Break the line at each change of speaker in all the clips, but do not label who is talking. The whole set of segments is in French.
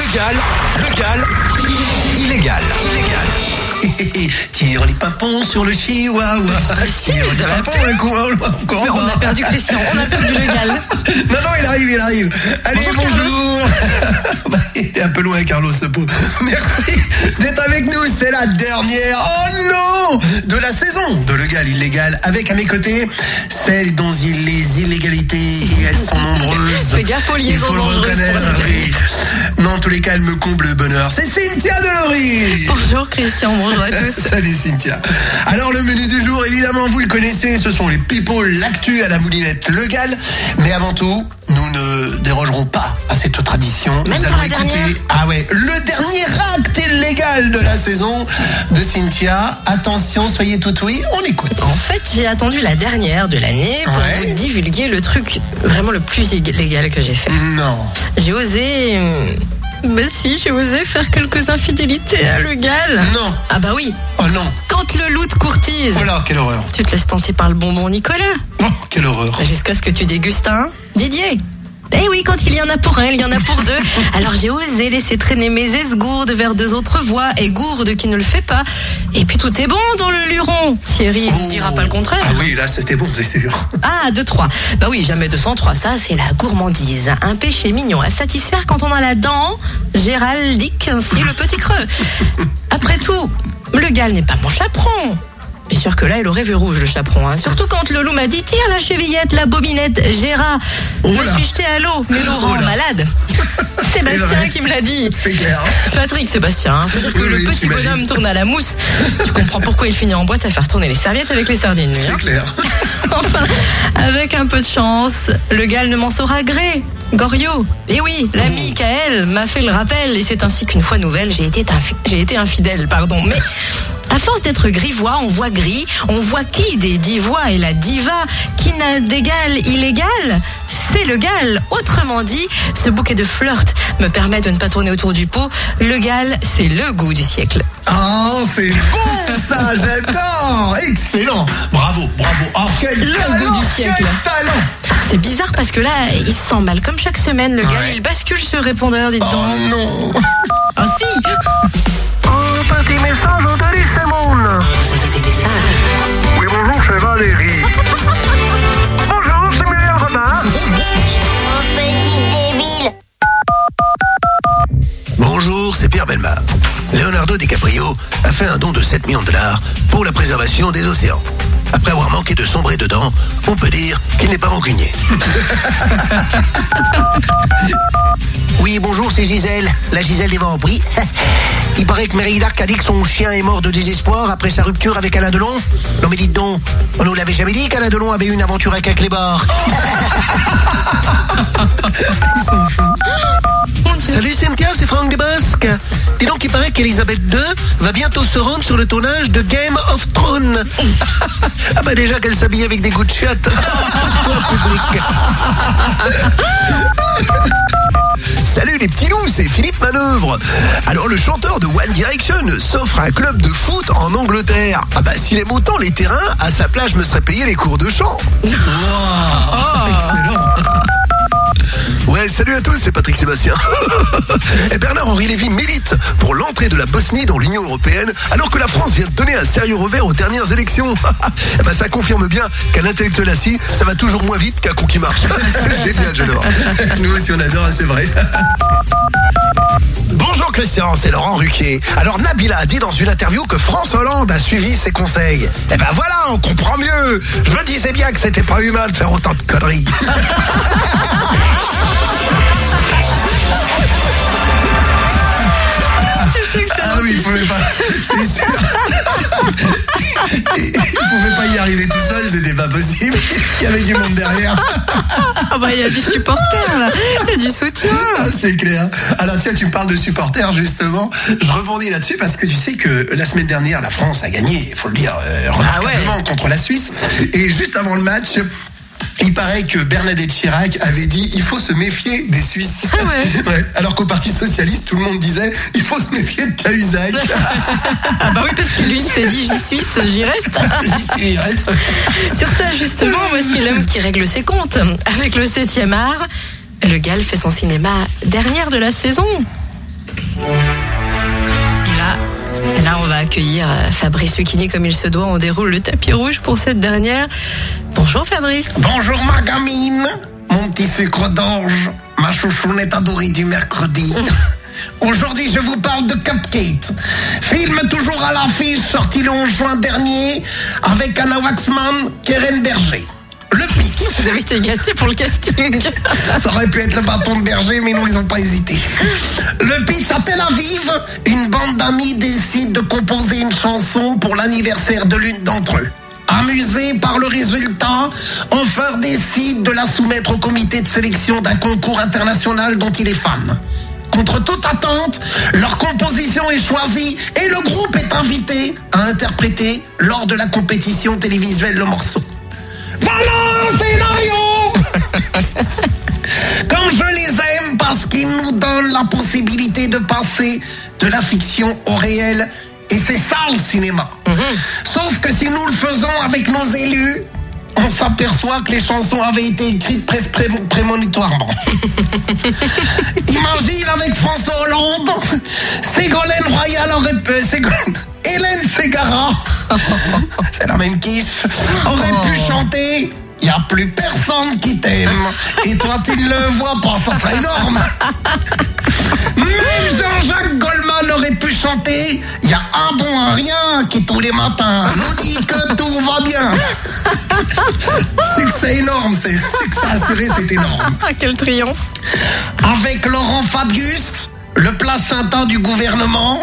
Légal, légal, illégal, illégal.
Tire les papons sur le chihuahua. Tire les
Ah, ça va
papons, un coup, un coup, encore
On
bas.
a perdu Christian, on a perdu le gal.
Non, non, il arrive, il arrive. Allez,
Bonjour,
bonjour. Bah, il était un peu loin, Carlos, ce pauvre. Merci d'être avec nous. C'est la dernière, oh non, de la saison de Legal Illégal. Avec à mes côtés, celles dont il les illégalités, et elles sont nombreuses.
Fais gaffe aux
Il
liaisons
faut le
dangereuses pour
reconnaître,
les
oui. Non, en tous les cas, elle me comble le bonheur. C'est Cynthia Delory.
Bonjour Christian, bonjour à tous.
Salut Cynthia. Alors le menu du jour, évidemment, vous le connaissez, ce sont les people, l'actu à la moulinette legale. Mais avant tout, nous ne dérogerons pas à cette tradition. nous allons écouter ah ouais, le dernier acte illégal de la saison de Cynthia. Attention, soyez tout oui, on écoute.
En fait, j'ai attendu la dernière de l'année pour
Ouais.
vous divulguer le truc vraiment le plus illégal que j'ai fait.
Non.
J'ai osé. euh, Bah si, j'ai osé faire quelques infidélités à le gal.
Non.
Ah bah oui,
Oh non.
quand le loup te courtise,
Oh là, quelle horreur.
tu te laisses tenter par le bonbon Nicolas.
Oh, quelle horreur.
Bah, Jusqu'à ce que tu dégustes un Didier. Eh oui, quand il y en a pour un, il y en a pour deux. Alors j'ai osé laisser traîner mes esgourdes vers deux autres voies et gourde qui ne le fait pas. Et puis tout est bon dans le luron. Thierry ne dira pas le contraire.
Ah oui, là c'était bon, c'est sûr.
Ah, 2-3. Bah oui, jamais 203. Ça, c'est la gourmandise. Un péché mignon à satisfaire quand on a la dent. Géraldique, ainsi le petit creux. Après tout, le gal n'est pas mon chaperon. Mais sûr que là, il aurait vu rouge, le chaperon. hein. Surtout quand le loup m'a dit Tire la chevillette, la bobinette, Gérard. Je
Oh
me
là.
suis jeté à l'eau, mais Laurent,
Oh là.
malade.
C'est vrai.
Sébastien qui me l'a dit.
C'est clair.
Patrick, Sébastien, hein. faut dire que
Oui,
le
oui,
petit
j'imagine.
bonhomme tourne à la mousse. Tu comprends pourquoi il finit en boîte à faire tourner les serviettes avec les sardines, lui, hein.
C'est clair.
Enfin, avec un peu de chance, le gal ne m'en saura gré. Goriot, et oui, l'ami Kael m'a fait le rappel, et c'est ainsi qu'une fois nouvelle, j'ai été, infi- j'ai été infidèle, pardon. Mais à force d'être grivois, on voit gris, on voit qui des divois et la diva, qui n'a d'égal illégal C'est le gal. Autrement dit, ce bouquet de flirt me permet de ne pas tourner autour du pot. Le gal, c'est le goût du siècle.
Oh, c'est bon ça, j'adore Excellent Bravo, bravo Oh, quel
Le
talent
goût du
Quel
siècle. hein.
talent
C'est bizarre parce que là, il s'emballe comme chaque semaine. Le gal,
Ouais.
il bascule ce répondeur, dites donc.
Oh non
Ah si
Un petit message au Denis Simone. Oui, bonjour, c'est Valérie. bonjour, c'est Muriel Robin.
Bonjour, c'est Pierre Belmar. Leonardo DiCaprio a fait un don de 7 millions de dollars pour la préservation des océans. Après avoir manqué de sombrer dedans, on peut dire qu'il n'est pas rancunier. oui, bonjour, c'est Gisèle, la Gisèle des Vampris. Il paraît que Mary Dark a dit que son chien est mort de désespoir après sa rupture avec Alain Delon. Non mais dites donc, on nous l'avait jamais dit qu'Alain Delon avait eu une aventure avec un clébard. Salut Cynthia, c'est Franck Desbasques. Dis donc, il paraît qu'Elisabeth II va bientôt se rendre sur le tournage de Game of Thrones. ah bah déjà qu'elle s'habille avec des goûts de chatte. Pour le public. Salut les petits loups, c'est Philippe Manœuvre. Alors le chanteur de One Direction s'offre un club de foot en Angleterre. Ah bah s'il aime autant les terrains, à sa place je me serais payé les cours de chant. Ah, Ouais, salut à tous, c'est Patrick Sébastien. Et Bernard-Henri Lévy milite pour l'entrée de la Bosnie dans l'Union Européenne, alors que la France vient de donner un sérieux revers aux dernières élections. Eh ben, ça confirme bien qu'un intellectuel assis, ça va toujours moins vite qu'un con qui marche. c'est génial, j'adore.
Nous aussi on adore, c'est vrai.
Bonjour Christian, c'est Laurent Ruquier. Alors Nabila a dit dans une interview que France Hollande a suivi ses conseils. Eh ben voilà, on comprend mieux. Je me disais bien que c'était pas humain de faire autant de conneries.
Ah oui, il pouvait pas. C'est sûr. Il pouvait pas y arriver tout seul, c'était pas possible. Il y avait du monde derrière.
Ah bah il y a du supporter là, il y a du soutien.
Ah, c'est clair. Alors tiens, tu me parles de supporters justement. Je rebondis là-dessus parce que tu sais que la semaine dernière, la France a gagné, il faut le dire, euh,
Ah
remarquablement contre la Suisse. Et juste avant le match. Il paraît que Bernadette Chirac avait dit il faut se méfier des Suisses.
Ah ouais.
Ouais. Alors qu'au Parti socialiste, tout le monde disait il faut se méfier de Cahuzac.
Ah bah oui parce que lui il s'est dit j'y suis, j'y reste.
J'y suis, il reste.
Sur ça justement, voici l'homme qui règle ses comptes. Avec le 7 art, le gal fait son cinéma dernière de la saison. Et là, on va accueillir euh, Fabrice Lucchini comme il se doit. On déroule le tapis rouge pour cette dernière. Bonjour Fabrice.
Bonjour ma gamine, mon petit sucre d'orge, ma chouchounette adorée du mercredi. Aujourd'hui, je vous parle de Cupcake. Film toujours à l'affiche, sorti le 11 juin dernier, avec Anna Waxman, Keren Berger. Le pic.
Vous avez été gâté pour le casting.
Ça aurait pu être le bâton de berger, mais non, ils n'ont pas hésité. Le pitch à Tel Aviv, une bande d'amis décide de composer une chanson pour l'anniversaire de l'une d'entre eux. Amusés par le résultat, Hofer décide de la soumettre au comité de sélection d'un concours international dont il est fan. Contre toute attente, leur composition est choisie et le groupe est invité à interpréter lors de la compétition télévisuelle le morceau. Voilà un scénario Comme je les aime parce qu'ils nous donnent la possibilité de passer de la fiction au réel. Et c'est ça le cinéma. Sauf que si nous le faisons avec nos élus, on s'aperçoit que les chansons avaient été écrites presque pré- prémonitoirement. Imagine avec François Hollande, Ségolène Royal aurait pu- Ségolène- Hélène Ségara, c'est la même quiche, aurait pu chanter. Il a plus personne qui t'aime. Et toi, tu ne le vois pas, ça serait énorme. Même Jean-Jacques Goldman aurait pu chanter Il y a un bon à rien qui tous les matins nous dit que tout va bien. Succès énorme, c'est succès assuré, c'est énorme.
Ah, Quel triomphe.
Avec Laurent Fabius, le placenta du gouvernement,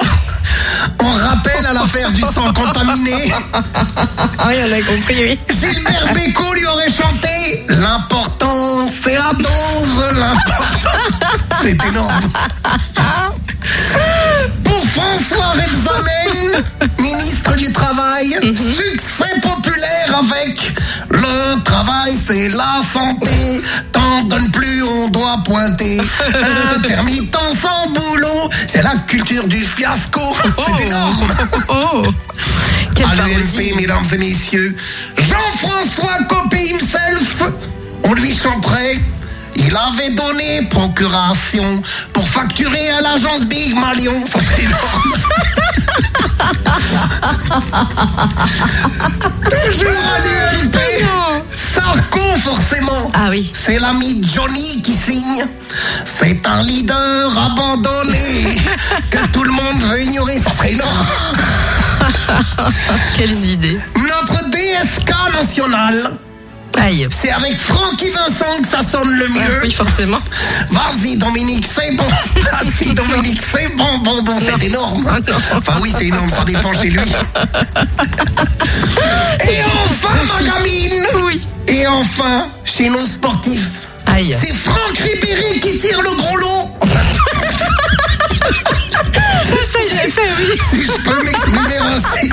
on rappelle à l'affaire du sang contaminé.
Ah oui, on a compris, oui.
Gilbert Bécaud lui aurait chanté L'important, c'est la dose, l'important. C'est énorme. Pour François Rebsamen, ministre du Travail, succès populaire avec Le travail, c'est la santé. T'en donnes plus, on doit pointer. Intermittent sans boulot, c'est la culture du fiasco. C'est énorme.
Oh Quelle
À
parodie.
l'EMP, mesdames et messieurs, Jean-François Copé himself, on lui chanterait. Il avait donné procuration pour facturer à l'agence Big Malion. Ça fait énorme. Toujours à l'UMP.
non.
Sarko, forcément.
Ah oui.
C'est l'ami de Johnny qui signe. C'est un leader abandonné que tout le monde veut ignorer. Ça serait énorme.
Quelles idées.
Notre DSK national,
Aïe.
c'est avec Francky Vincent que ça sonne le
Ah
mieux.
Oui, forcément.
Vas-y Dominique, c'est bon. Vas-y Dominique, c'est bon, bon, bon, c'est énorme.
Ah,
Enfin oui, c'est énorme, ça dépend chez lui. Et enfin, ma gamine.
Oui.
Et enfin, chez nos sportifs,
Aïe.
c'est Franck Ribéry qui tire le gros lot. Enfin,
Ça, il l'a fait, oui.
si je peux m'exprimer ainsi.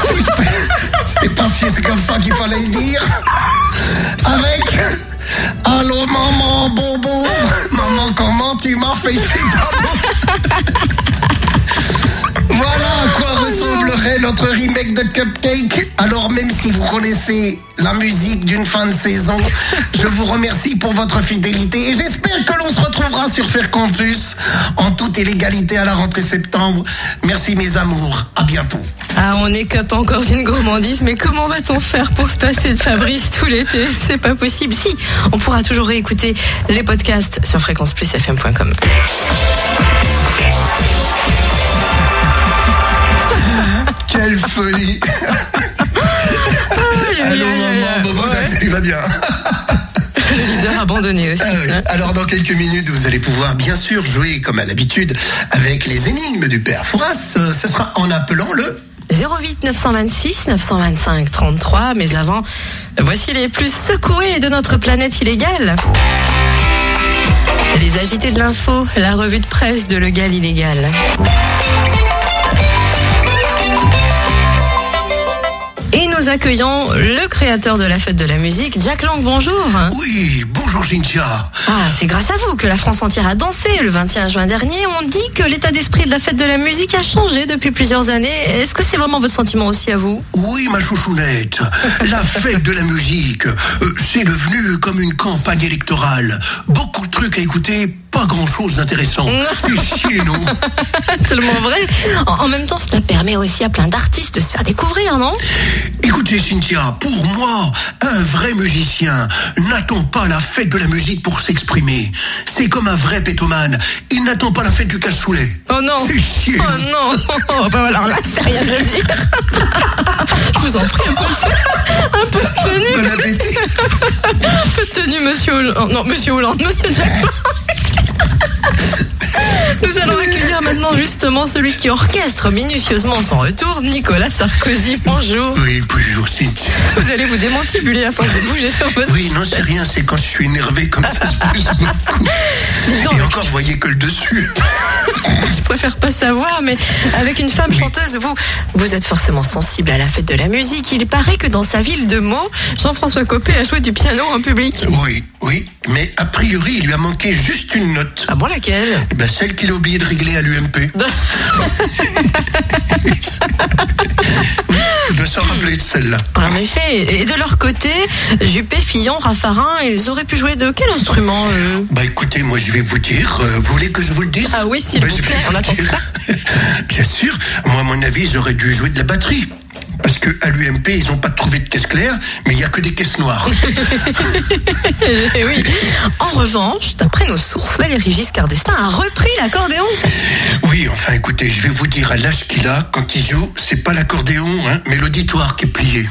Si je peux- je sais pas si c'est comme ça qu'il fallait le dire. Avec Allô maman bobo, maman comment tu m'as fait Je suis pas beau. Voilà à quoi ressemblerait notre remake de Cupcake. Alors même si vous connaissez la musique d'une fin de saison, je vous remercie pour votre fidélité et j'espère que l'on se retrouvera sur Faire Campus en toute illégalité à la rentrée septembre. Merci mes amours, à bientôt.
Ah, on écope encore d'une gourmandise, mais comment va-t-on faire pour se passer de Fabrice tout l'été C'est pas possible. Si, on pourra toujours réécouter les podcasts sur fréquenceplusfm.com.
Oh Quelle folie Allô, maman, Bobo, ça, ça lui va bien.
Leader abandonné aussi. hein.
Ah oui. Alors, dans quelques minutes, vous allez pouvoir, bien sûr, jouer, comme à l'habitude, avec les énigmes du père Fouras. Euh, Ce sera en appelant le...
08 926 925 33, mais avant, voici les plus secoués de notre planète illégale. Les agités de l'info, la revue de presse de Legal Illégal. Et nous accueillons le créateur de la fête de la musique, Jack Lang, bonjour
Oui, bonjour, Cynthia.
Ah, c'est grâce à vous que la France entière a dansé le 21 juin dernier. On dit que l'état d'esprit de la fête de la musique a changé depuis plusieurs années. Est-ce que c'est vraiment votre sentiment aussi à vous
Oui, ma chouchounette, la fête de la musique, euh, c'est devenu comme une campagne électorale. Beaucoup de trucs à écouter pas grand-chose d'intéressant. C'est chier, non
Tellement vrai. En, en même temps, cela permet aussi à plein d'artistes de se faire découvrir, non
Écoutez, Cynthia, pour moi, un vrai musicien n'attend pas la fête de la musique pour s'exprimer. C'est comme un vrai pétomane. Il n'attend pas la fête du cassoulet.
Oh non
C'est chier.
Oh non Oh, bah alors là, c'est rien de le dire. Je vous en prie, un peu de- un peu de tenue.
Bon appétit.
Peu de tenue, monsieur Hollande. Non, monsieur Hollande, monsieur Jackpot. Nous allons accueillir maintenant justement celui qui orchestre minutieusement son retour, Nicolas Sarkozy. Bonjour.
Oui, bonjour, Cynthia.
Vous allez vous démantibuler à force de bouger sur votre.
Oui, non, c'est rien, c'est quand je suis énervé comme ça, je pousse beaucoup. Et encore, vous voyez que le dessus.
Je préfère pas savoir, mais avec une femme chanteuse, vous, vous êtes forcément sensible à la fête de la musique. Il paraît que dans sa ville de Meaux, Jean-François Copé a joué du piano en public.
Oui, oui, mais a priori, il lui a manqué juste une note.
Ah bon, laquelle
Eh ben, celle qu'il a oublié de régler à l'UMP. Il doit s'en rappeler de celle-là.
En effet, et de leur côté, Juppé, Fillon, Raffarin, ils auraient pu jouer de quel instrument eux
Bah écoutez, moi je vais vous dire. euh, vous voulez que je vous le dise
Ah oui, s'il
Bah,
vous
je vais
plaît, on attend
dire. Bien sûr. Moi, à mon avis, j'aurais dû jouer de la batterie. Parce que à l'UMP, ils n'ont pas trouvé de caisse claire, mais il n'y a que des caisses noires.
Eh oui. En revanche, d'après nos sources, Valéry Giscard d'Estaing a repris l'accordéon.
oui, enfin écoutez, je vais vous dire à l'âge qu'il a, quand il joue, c'est pas l'accordéon, hein, mais l'auditoire qui est plié.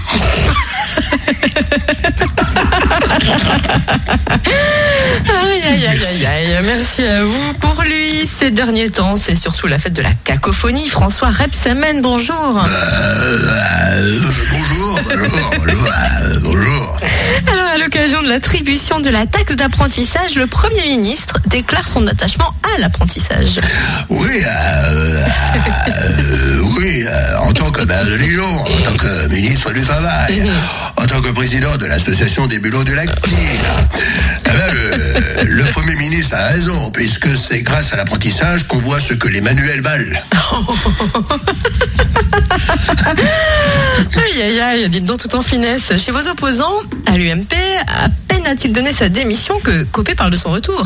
Aïe, aïe, aïe, aïe, aïe. Merci à vous pour lui. Ces derniers temps, c'est surtout la fête de la cacophonie. François Repsamen, bonjour.
Euh, bonjour, bonjour, bonjour, euh, bonjour.
Alors, à l'occasion de l'attribution de la taxe d'apprentissage, le Premier ministre déclare son attachement à l'apprentissage.
Oui, euh, euh, oui, euh, en tant que maire de Dijon, en tant que ministre du Travail, en tant que président de l'association des bulots de la eh ben, le, le Premier ministre a raison, puisque c'est grâce à l'apprentissage qu'on voit ce que les manuels valent.
Aïe, aïe, aïe, dites donc tout en finesse. Chez vos opposants, à l'UMP, à peine a-t-il donné sa démission que Copé parle de son retour.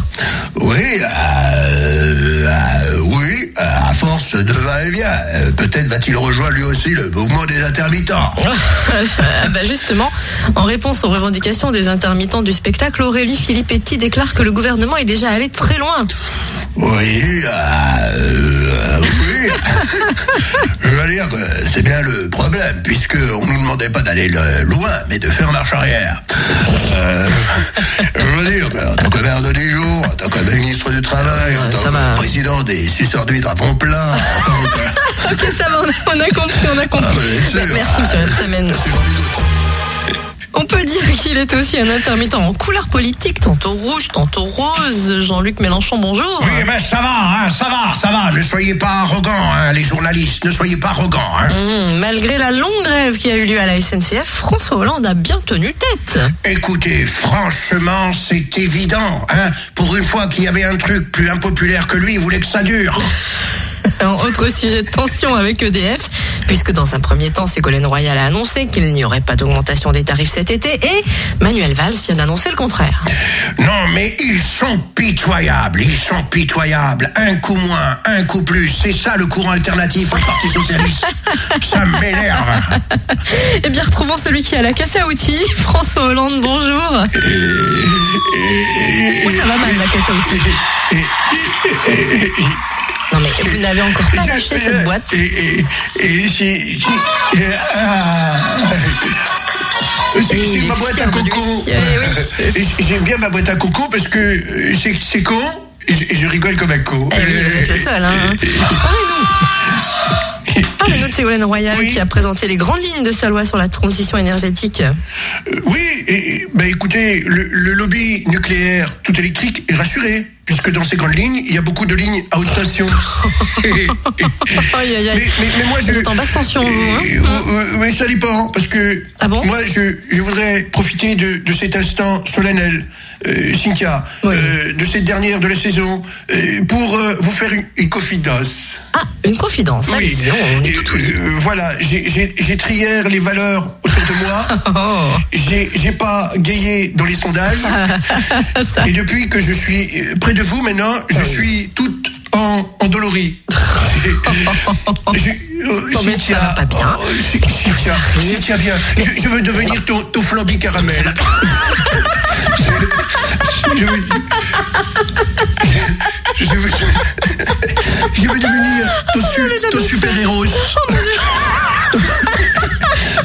Oui, euh, euh, oui, euh, à force de va-et-vient, euh, peut-être va-t-il rejoindre lui aussi le mouvement des intermittents.
Ah bah justement, en réponse aux revendications des intermittents du spectacle, Aurélie Filippetti déclare que le gouvernement est déjà allé très loin.
Oui, euh, euh, oui. Je veux dire que c'est bien le problème, puisque on nous demandait pas d'aller le- loin, mais de faire marche arrière. Euh, je veux dire que, en tant que maire de Dijon, en tant que ministre du Travail, en tant
ça va.
que président des suceurs d'huîtres à fond plein, en tant que...
Ok, ça va, on a- on a compris, on a compris.
Ah, mais bien sûr.
Merci, monsieur Epstein. On peut dire qu'il est aussi un intermittent en couleur politique, tantôt rouge, tantôt rose. Jean-Luc Mélenchon, bonjour.
Oui, ben ça va, hein, ça va, ça va. Ne soyez pas arrogants, hein, les journalistes, ne soyez pas arrogants. Hein.
Hum, malgré la longue grève qui a eu lieu à la SNCF, François Hollande a bien tenu tête.
Écoutez, franchement, c'est évident. Hein Pour une fois qu'il y avait un truc plus impopulaire que lui, il voulait que ça dure.
Alors, autre sujet de tension avec EDF, puisque dans un premier temps, Ségolène Royal a annoncé qu'il n'y aurait pas d'augmentation des tarifs cet été et Manuel Valls vient d'annoncer le contraire.
Non, mais ils sont pitoyables, ils sont pitoyables. Un coup moins, un coup plus, c'est ça le courant alternatif au Parti Socialiste. Ça m'énerve.
Eh bien, retrouvons celui qui a la caisse à outils, François Hollande, bonjour. Où ça va mal la caisse à outils Non mais vous n'avez encore pas lâché cette boîte.
Et, et, et si- si- et- ah. C'est
Et
c'est
il est
ma boîte à
fier de lui.
coco.
Eh oui.
Et j- J'aime bien ma boîte à coco parce que euh, c'est c'est con. et Je, je rigole comme un con. Euh,
Eh oui, vous êtes le seul, hein. Parlez-nous. Parlez-nous de Ségolène Royal
Oui.
qui a présenté les grandes lignes de sa loi sur la transition énergétique.
Euh, oui, et, et, bah écoutez, le, le lobby nucléaire tout électrique est rassuré, puisque dans ces grandes lignes, il y a beaucoup de lignes à haute tension.
Aïe, aïe,
Mais,
aïe.
mais- mais moi, je.
Vous êtes en basse tension, vous, hein
Euh, euh, Mais ça dépend, parce que.
Ah bon
Moi, je, je voudrais profiter de, de cet instant solennel. Euh, Cynthia,
Oui.
euh,
euh, de cette dernière de la saison euh, pour euh, vous faire une, une confidence.
Ah, une confidence. Ah,
Oui.
dis donc, on est
Et,
tout ouïe.
euh, voilà, j'ai- j'ai j'ai trié les valeurs autour de moi.
Oh.
J'ai j'ai pas gayé dans les sondages. Et depuis que je suis euh, près de vous maintenant,
Ah
je suis toute en, endolorie. Je- euh,
Ton médecin va pas bien.
oh, si- Cynthia, Cynthia, viens. Je, je veux devenir ton, ton flambi caramel. Je- je veux- je veux, je veux devenir ton,
Ah,
su- ton super-héros.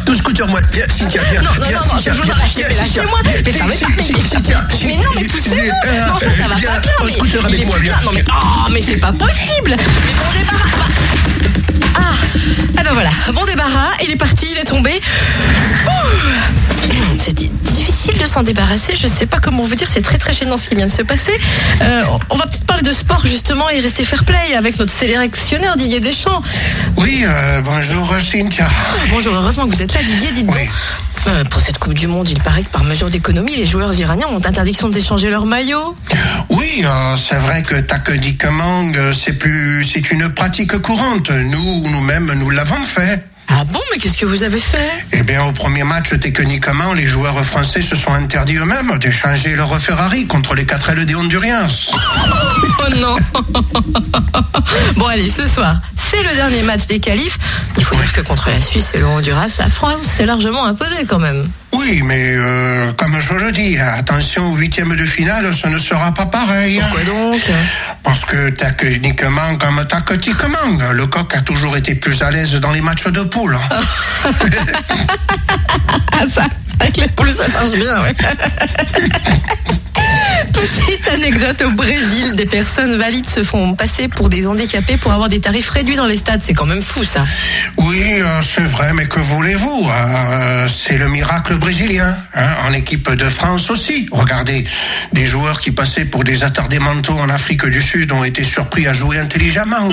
ton scooter, moi. Viens, Cynthia, viens.
Non, non,
viens,
non,
Cynthia,
je veux
viens,
arracher, mais
Cynthia.
lâchez-moi. Mais
Viens,
ça va
Cynthia,
pas, mais-
Cynthia,
Mais non, mais poussez-le Non, ça, ça va
Euh, Viens,
pas bien
ton
mais
scooter
il est
avec moi,
plus là.
viens.
Non, mais, oh, mais c'est pas possible Mais bon débarras bah. Ah, ah ben voilà, bon débarras, il est parti, il est tombé. Ouh. C'est di- difficile de s'en débarrasser, je sais pas comment vous dire, c'est très très gênant ce qui vient de se passer. Euh, on va peut-être parler de sport justement et rester fair play avec notre sélectionneur Didier Deschamps. Ah,
Oui, euh, bonjour, Cynthia.
Bonjour, heureusement que vous êtes là, Didier, dites
Oui.
donc. Euh, pour cette Coupe du Monde, il paraît que par mesure d'économie, les joueurs iraniens ont interdiction d'échanger leurs maillots.
Oui, euh, c'est vrai que Takedi Kamang, euh, c'est plus, c'est une pratique courante. Nous, nous-mêmes, nous l'avons fait.
Ah bon, mais qu'est-ce que vous avez fait
Eh bien, au premier match, techniquement, les joueurs français se sont interdits eux-mêmes d'échanger leur Ferrari contre les 4L des Honduriens.
Oh non Bon allez, ce soir, c'est le dernier match des qualifs. Il faut dire que contre la Suisse et le Honduras, la France s'est largement imposée quand même.
Oui, mais euh, comme je le dis, attention au huitième de finale, ce ne sera pas pareil.
Quoi donc
Parce que techniquement comme tactiquement, le coq a toujours été plus à l'aise dans les matchs de poule.
Ah ça, c'est vrai que les poules, ça marche bien, ouais. Petite anecdote au Brésil, des personnes valides se font passer pour des handicapés pour avoir des tarifs réduits dans les stades. C'est quand même fou ça.
Oui, euh, c'est vrai, mais que voulez-vous euh, C'est le miracle brésilien, hein, en équipe de France aussi. Regardez, des joueurs qui passaient pour des attardés mentaux en Afrique du Sud ont été surpris à jouer intelligemment.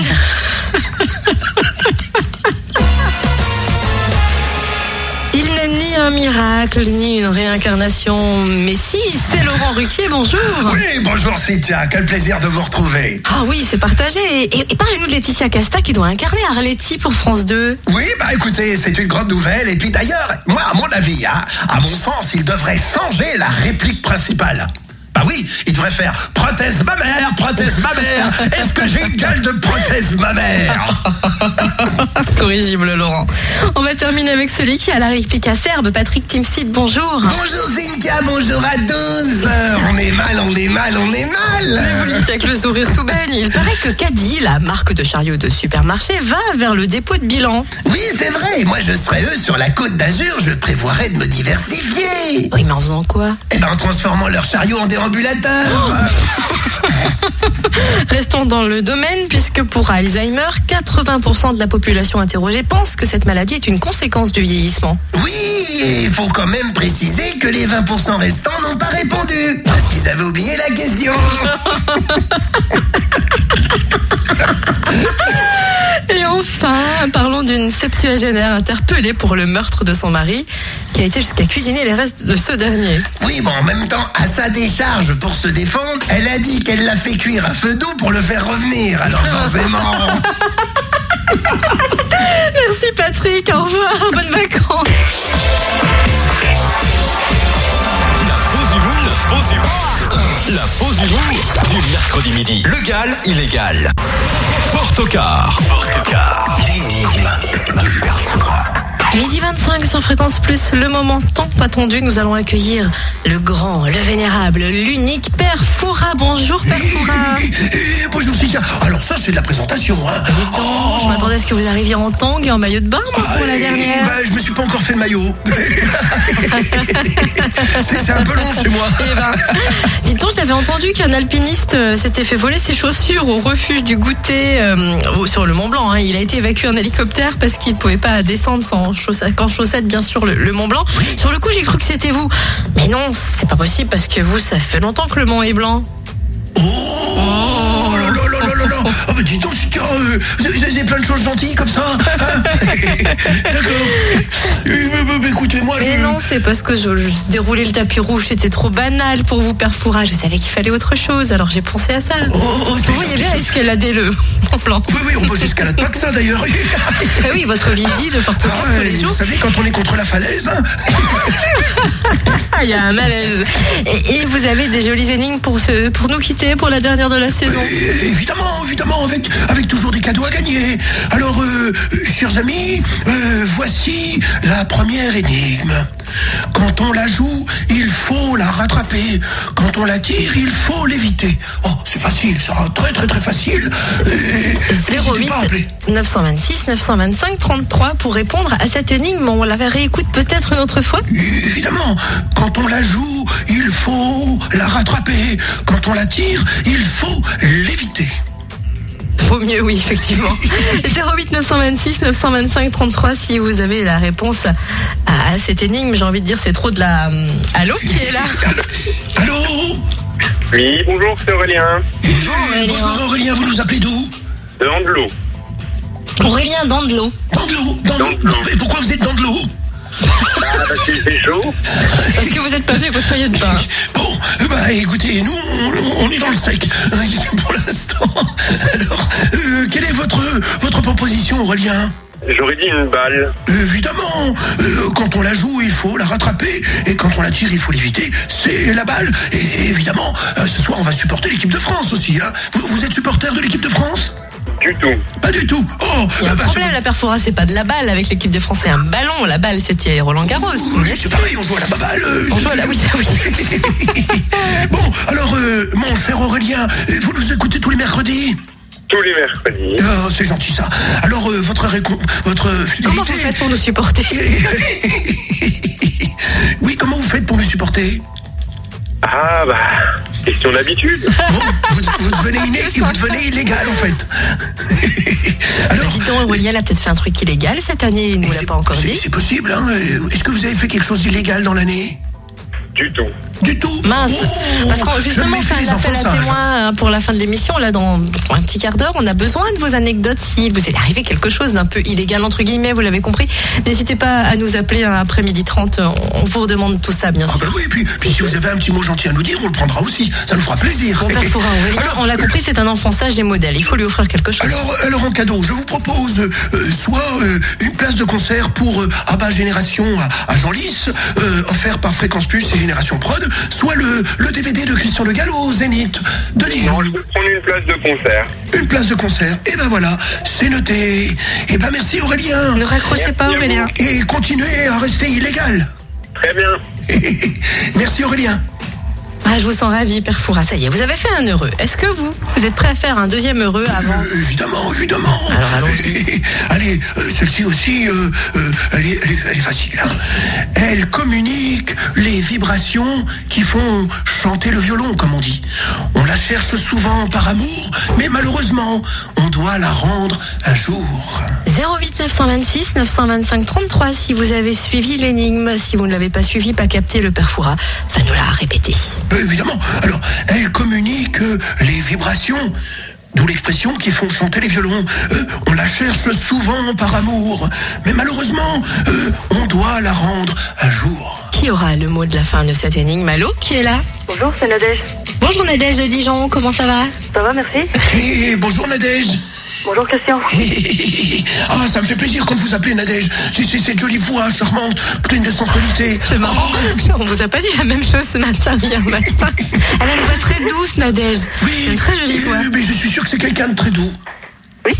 Il n'est ni un miracle, ni une réincarnation. Mais si, c'est Laurent Ruquier, bonjour.
Oui, bonjour Cynthia, quel plaisir de vous retrouver.
Ah oui, c'est partagé. Et, et- et parlez-nous de Laetitia Casta qui doit incarner Arletty pour France 2.
Oui, bah écoutez, c'est une grande nouvelle. Et puis d'ailleurs, moi, à mon avis, hein, à mon sens, il devrait changer la réplique principale. Bah oui, il devrait faire prothèse ma mère, prothèse ma mère. Est-ce que j'ai une gueule de prothèse ma mère
Ah, Corrigible, Laurent. On va terminer avec celui qui a la réplique acerbe, Patrick Timsit, bonjour.
Bonjour Zinka, bonjour à tous. Euh, On est mal, on est mal, on est
Vous le
mal.
dites avec le sourire sous baigne. Il paraît que Caddy, la marque de chariot de supermarché, va vers le dépôt de bilan.
Oui, c'est vrai. Moi, je serais eux sur la côte d'Azur. Je prévoirais de me diversifier.
Oui, mais en faisant quoi
Eh ben, en transformant leur chariot en déambulateur.
Restons dans le domaine, puisque pour Alzheimer, 80% de la population interrogée pense que cette maladie est une conséquence du vieillissement.
Oui, et il faut quand même préciser que les 20% restants n'ont pas répondu. Parce qu'ils avaient oublié la question.
Et enfin, parlons d'une septuagénaire interpellée pour le meurtre de son mari, qui a été jusqu'à cuisiner les restes de ce dernier.
Oui, bon, en même temps, à sa décharge, pour se défendre, elle a dit qu'elle l'a fait cuire à feu doux pour le faire revenir. Alors, forcément.
Merci Patrick, au revoir, bonnes vacances.
La pause humour, la pause humour, la pause humour du mercredi midi. Legal, illégal. Porte au car. Porte au car. L'énigme du perforat.
Midi 25 sur Fréquence Plus, le moment tant attendu, nous allons accueillir le grand, le vénérable, l'unique Père Foura. Bonjour Père Foura.
Eh, bonjour Cynthia. Alors ça c'est de la présentation. Hein. Oh.
Je m'attendais à ce que vous arriviez en tang et en maillot de bain moi, pour la
Eh,
dernière.
bah, je me suis pas encore fait le maillot. c'est c'est un peu long chez moi.
Eh ben, dites donc, j'avais entendu qu'un alpiniste euh, s'était fait voler ses chaussures au refuge du goûter euh, au- sur le Mont Blanc. hein. Il a été évacué en hélicoptère parce qu'il ne pouvait pas descendre sans chaussettes, qu'en chaussettes, bien sûr, le, le Mont Blanc. Sur le coup, j'ai cru que c'était vous. Mais non, c'est pas possible parce que vous, ça fait longtemps que le Mont est blanc.
Oh là là là là là là là Ah bah dis donc, c'est- euh, j'ai- j'ai plein de choses gentilles comme ça hein. D'accord. Euh, bah, bah, Écoutez-moi,
Mais
je...
non, c'est parce que je, je déroulais le tapis rouge, c'était trop banal pour vous, Père Foura. Je savais qu'il fallait autre chose, alors j'ai pensé à ça.
Oh, oh, oh, c'est
vous voyez
gentil,
bien
ça.
escalader le mon plan.
Oui, oui, on peut j'escalade pas que ça d'ailleurs.
Eh oui, votre vigie de porte
Ah ouais,
tous les
vous
jours,
savez, quand on est contre la falaise, hein,
ah, il y a un malaise. Et, et vous avez des jolies énigmes pour, ce, pour nous quitter pour la dernière de la saison.
et- évidemment, évidemment, avec, avec toujours des cadeaux à gagner. Alors, euh, chers amis, euh, voici la première énigme. Quand on la joue, il faut la rattraper. Quand on la tire, il faut l'éviter. Oh, c'est facile, ça, très très très facile. Et, n'hésitez
08
pas à appeler.
926 925 33 pour répondre à cette énigme. On la réécoute peut-être une autre fois.
Euh, Évidemment, quand on la joue, il faut la rattraper. Quand on la tire, il faut l'éviter.
Vaut mieux, oui, effectivement. 08 926 925 33 si vous avez la réponse à, à cette énigme. J'ai envie de dire, c'est trop de la. hum, Allô qui est là
Allô
Oui, bonjour, c'est Aurélien.
Bonjour
Aurélien.
Bonjour Aurélien, vous nous appelez d'où
De Andelot.
Aurélien Dandelot.
Dans de l'eau, dans de l'eau.
Dans de l'eau.
Et pourquoi vous êtes dans de l'eau
Ah, parce qu'il fait chaud.
Est-ce que vous êtes pas venu avec votre foyer de bain
Bon, eh ben, écoutez, nous, on, on est dans le sec hein, pour l'instant. Alors, euh, quelle est votre, votre proposition, Aurélien
J'aurais dit une balle.
Évidemment, euh, quand on la joue, il faut la rattraper. Et quand on la tire, il faut l'éviter. C'est la balle. Et, et évidemment, euh, ce soir, on va supporter l'équipe de France aussi. hein. Vous, vous êtes supporter de l'équipe de France
Du tout.
Pas du tout. Oh,
Il y a
ah
un
bah,
problème,
c'est-
la perfora, c'est pas de la balle avec l'équipe de France, c'est un ballon. La balle, c'était Roland Garros.
Oui, c'est pareil, on joue à la baballe. euh,
On
c'est-
joue à la- oui, ça, oui.
Eh bon, alors, euh, mon cher Aurélien, euh, vous nous écoutez tous les mercredis
Tous les mercredis.
Ah, C'est gentil ça. Alors, euh, votre récon... votre euh, fidélité...
Comment vous faites pour nous supporter
Oui, comment vous faites pour me supporter
Ah, bah, question d'habitude.
Bon, vous, vous devenez iné- vous devenez illégal en fait. alors,
Bah, Dis donc, Aurélien, elle a peut-être fait un truc illégal cette année, il nous l'a
c'est-
pas encore
c'est-
dit.
C'est possible, hein euh, Est-ce que vous avez fait quelque chose d'illégal dans l'année
Du tout.
Du tout
Mince.
Oh,
Parce qu'on
je
justement, on
méfie
fait
des
un appel
enfants
à
sages.
témoins euh, pour la fin de l'émission. Là, dans dans un petit quart d'heure, on a besoin de vos anecdotes. Si vous est arrivé quelque chose d'un peu illégal, entre guillemets, vous l'avez compris, n'hésitez pas à nous appeler hein, après midi 30. On- On vous redemande tout ça, bien
Ah
sûr.
bah oui, puis, puis si vous avez un petit mot gentil à nous dire, on le prendra aussi. Ça nous fera plaisir.
Mon père Fourin Aurélien,
Alors,
on l'a compris, c'est un enfant sage et modèle. Il faut lui offrir quelque chose.
Alors, alors en cadeau, je vous propose euh, soit euh, une place de concert pour euh, Abba Génération à, à Genlis, euh, offert par Fréquence Plus et Génération Prod, soit le, le DVD de Christian Le Gallo au Zénith de Dijon.
Non, je peux prendre une place de concert.
Une place de concert. Et ben voilà, c'est noté. Et ben merci Aurélien.
Ne raccrochez pas,
Merci à
Aurélien.
vous.
Et continuez à rester illégal.
Très bien.
merci Aurélien.
Ah, je vous sens ravi, Père Fourin. Ça y est, vous avez fait un heureux. Est-ce que vous, vous êtes prêt à faire un deuxième heureux avant
Euh, évidemment, évidemment.
Alors, allons-y.
Allez, euh, celle-ci aussi, euh, euh, elle, est, elle est- elle est facile. hein. Elle communique les vibrations qui font chanter le violon, comme on dit. On la cherche souvent par amour, mais malheureusement, on doit la rendre un jour.
08 926 925 33 si vous avez suivi l'énigme. Si vous ne l'avez pas suivi, pas capté, le père Foura va nous la répéter.
Euh, évidemment. Alors, elle communique euh, les vibrations. D'où l'expression qui font chanter les violons. Euh, on la cherche souvent par amour, mais malheureusement, euh, on doit la rendre un jour.
Qui aura le mot de la fin de cette énigme Allô Qui est là
Bonjour, c'est Nadège.
Bonjour Nadège de Dijon, comment ça va
Ça va, merci.
Eh, bonjour Nadège
Bonjour, Christian.
Eh, Ah, ça me fait plaisir quand vous appelez Nadège. C'est c'est cette jolie voix charmante, pleine de sensualité.
C'est marrant, on vous a pas dit la même chose ce matin, hier matin. Elle a une voix très douce Nadège.
Oh,
C'est
oui,
une très jolie
eh,
voix.
mais je suis sûr que c'est quelqu'un de très doux. Oui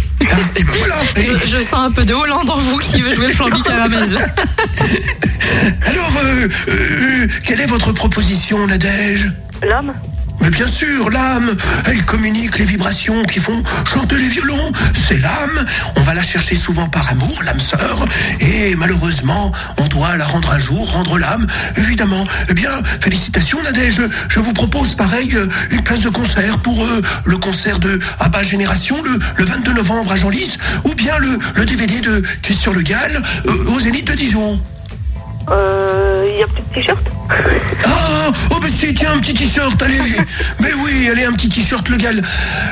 Et ben voilà Eh,
Je, je sens un peu de Hollande en vous qui veut jouer le flambi caramel.
Alors, euh, euh, quelle est votre proposition, Nadège
L'homme
mais bien sûr, l'âme, elle communique les vibrations qui font chanter les violons. C'est l'âme, on va la chercher souvent par amour, l'âme sœur, et malheureusement, on doit la rendre un jour, rendre l'âme, évidemment. Eh bien, félicitations Nadège, je, je vous propose pareil euh, une place de concert pour euh, le concert de Abba Génération le, le 22 novembre à Genlis, ou bien le, le DVD de Christian Le Gall euh, au Zénith de Dijon.
Euh, il y a plus de t-shirt
Ah, oh, mais si, tiens, un petit t-shirt, allez. mais oui, allez, un petit t-shirt, le gal,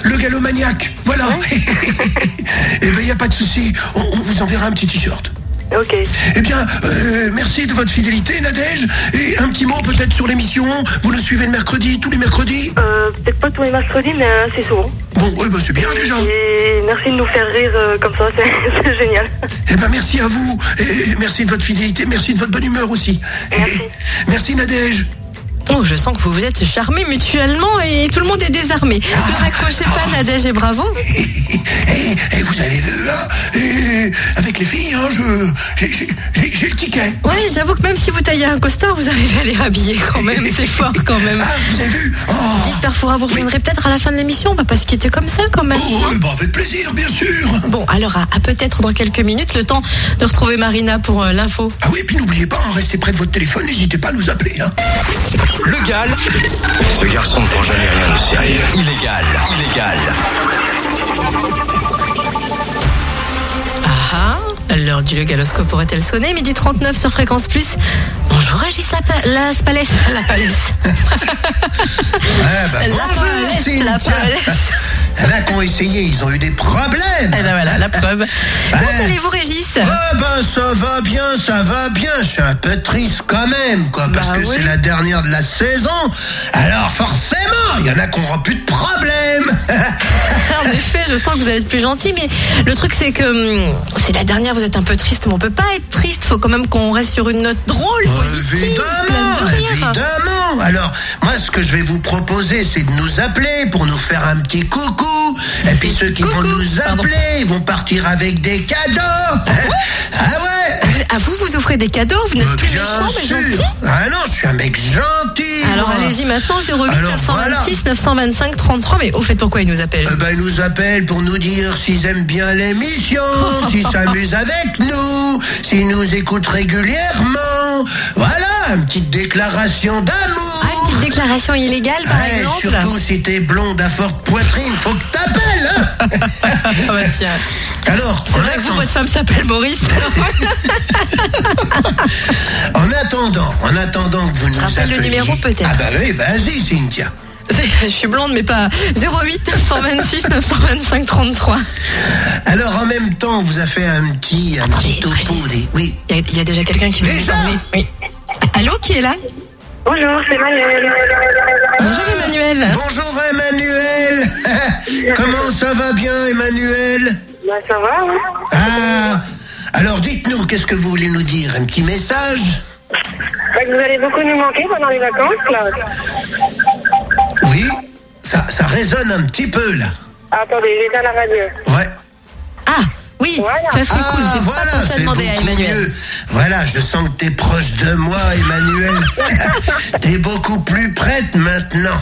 le galomaniaque. Voilà. Eh ben, il n'y a pas de souci. On, on vous enverra un petit t-shirt.
Ok.
Eh bien, euh, merci de votre fidélité, Nadège. Et un petit mot peut-être sur l'émission. Vous nous suivez le mercredi, tous les mercredis.
Euh, peut-être pas tous les mercredis, mais assez souvent.
Bon, eh ben, c'est bien déjà.
Et merci de nous faire rire euh, comme ça, c'est c'est génial.
Eh ben, merci à vous. Et merci de votre fidélité. Merci de votre bonne humeur aussi.
Merci.
Et merci, Nadège.
Oh, je sens que vous vous êtes charmés mutuellement et tout le monde est désarmé. Ne raccrochez pas, Nadège et bravo.
Et, Eh, vous avez vu, hein, eh, avec les filles, hein, je- j'ai- j'ai j'ai- j'ai le ticket.
Ouais, j'avoue que même si vous taillez un costard, vous arrivez à les rhabiller quand même. C'est fort quand même.
Ah, vous avez vu Oh,
Dites, Perfoura, vous reviendrez peut-être à la fin de l'émission. bah, On va pas se quitter comme ça quand même.
oh, oui, bah, avec plaisir, bien sûr.
Bon, alors à, à peut-être dans quelques minutes le temps de retrouver Marina pour euh, l'info.
Ah oui, et puis n'oubliez pas, hein, restez près de votre téléphone, n'hésitez pas à nous appeler. Hein.
Le GAL
Ce garçon ne prend jamais rien de sérieux.
illégal, illégal.
Ah ah, l'heure du galoscope aurait-elle sonné Midi 39 sur Fréquence Plus. Bonjour Régis Lapa- la Spalès. La Palès.
Ah, bah,
La
bonjour,
palette,
Cynthia.
la palette.
Il y en a qui ont essayé, ils ont eu des problèmes.
Eh ben voilà, la preuve. Comment
Ouais.
allez-vous Régis
Ah ben ça va bien, ça va bien. Je suis un peu triste quand même, quoi, parce
Bah
que
oui.
c'est la dernière de la saison. Alors forcément, il y en a qui n'auront plus de problème.
En effet, je sens que vous allez être plus gentil, mais le truc c'est que hum, c'est la dernière, vous êtes un peu triste, mais on peut pas être triste, faut quand même qu'on reste sur une note drôle, positive, pleine
Évidemment,
de rire.
évidemment. Alors, moi, ce que je vais vous proposer, c'est de nous appeler pour nous faire un petit coucou. Et puis ceux qui vont
Coucou.
nous
Pardon.
appeler, ils vont partir avec des cadeaux. Ah ouais
À vous, vous offrez des cadeaux, vous
Euh,
n'êtes plus
Bien
méchant, mais gentil.
sûr. Ah non, je suis un mec gentil.
Alors
moi.
allez-y maintenant, 08
Alors,
926 925 33. Mais au fait, pourquoi il nous appelle
Eh ben, ils nous appellent pour nous dire s'ils aiment bien l'émission, s'ils s'amusent avec nous, s'ils nous écoutent régulièrement. Voilà, une petite déclaration d'amour.
Ah, une petite déclaration illégale, par
Ouais,
exemple
surtout si t'es blonde à forte poitrine, faut que t'appelles. hein.
Ah bah tiens,
Alors,
c'est
en,
vrai que vous,
atten-
votre femme s'appelle Maurice.
en attendant, en attendant que vous nous
Rappelle le
appeliez-
numéro, peut-être.
Ah bah oui, vas-y Cynthia.
Je suis blonde, mais pas 08 926 925 33.
Alors en même temps, on vous a fait un petit, un
Attendez,
petit topo
Régis.
des. Oui.
Il y, a- il y a déjà quelqu'un qui veut nous
Déjà
parler. Oui. Allô, qui est là
Bonjour, c'est Manuel.
Bonjour Emmanuel.
Bonjour Emmanuel. Comment ça va bien Emmanuel
Bah, ça va, hein
Ah. Alors dites-nous, qu'est-ce que vous voulez nous dire Un petit message
Bah, que Vous allez beaucoup nous manquer pendant les vacances, là.
Oui. Ça, ça résonne un petit peu là.
Ah, Attendez, j'éteins la radio.
Ouais.
Ah, oui,
Voilà.
ça serait cool.
Ah,
J'ai pas
voilà,
pensé à
c'est
demander à
beaucoup
Emmanuel.
mieux. Voilà, je sens que t'es proche de moi, Emmanuel. t'es beaucoup plus prête maintenant.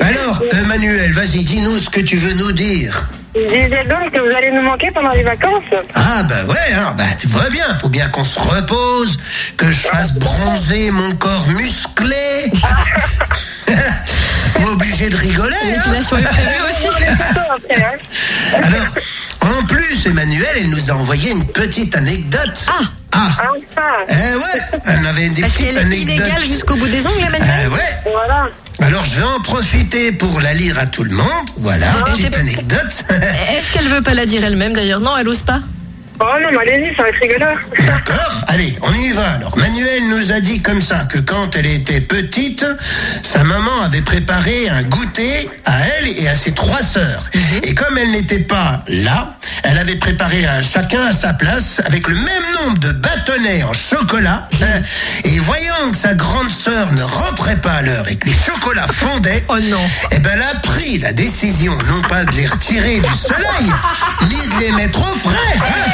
Alors, Emmanuel, vas-y, dis-nous ce que tu veux nous dire.
Je disais donc que vous allez nous manquer pendant les vacances.
Ah bah ouais, hein, bah tu vois bien, faut bien qu'on se repose, que je fasse bronzer mon corps musclé. Pas obligé de rigoler, hein.
Là, sur le prévu aussi.
Après, hein.
Alors, en plus, Emmanuel, elle nous a envoyé une petite anecdote.
Ah.
Ah
Enfin,
Eh ouais, elle avait des
Parce
petites
qu'elle est illégale
anecdotes.
jusqu'au bout des ongles, Emmanuel.
Eh ouais.
voilà.
Alors je vais en profiter pour la lire à tout le monde. Voilà,
Ah,
petite
c'est-
anecdote.
Est-ce qu'elle veut pas la dire elle-même d'ailleurs Non, elle ose pas.
Oh non, mais allez-y, ça va être rigolo.
D'accord, allez, on y va. Alors Manuel nous a dit comme ça que quand elle était petite, sa maman avait préparé un goûter à elle et à ses trois sœurs.
Mhm.
Et comme elle n'était pas là, elle avait préparé à chacun à sa place avec le même nombre de bâtonnets en chocolat.
Mhm.
Et voyant que sa grande sœur ne rentrait pas à l'heure et que les chocolats fondaient,
Oh non.
eh ben, elle a pris la décision, non pas de les retirer du soleil, ni de les mettre au frais, hein,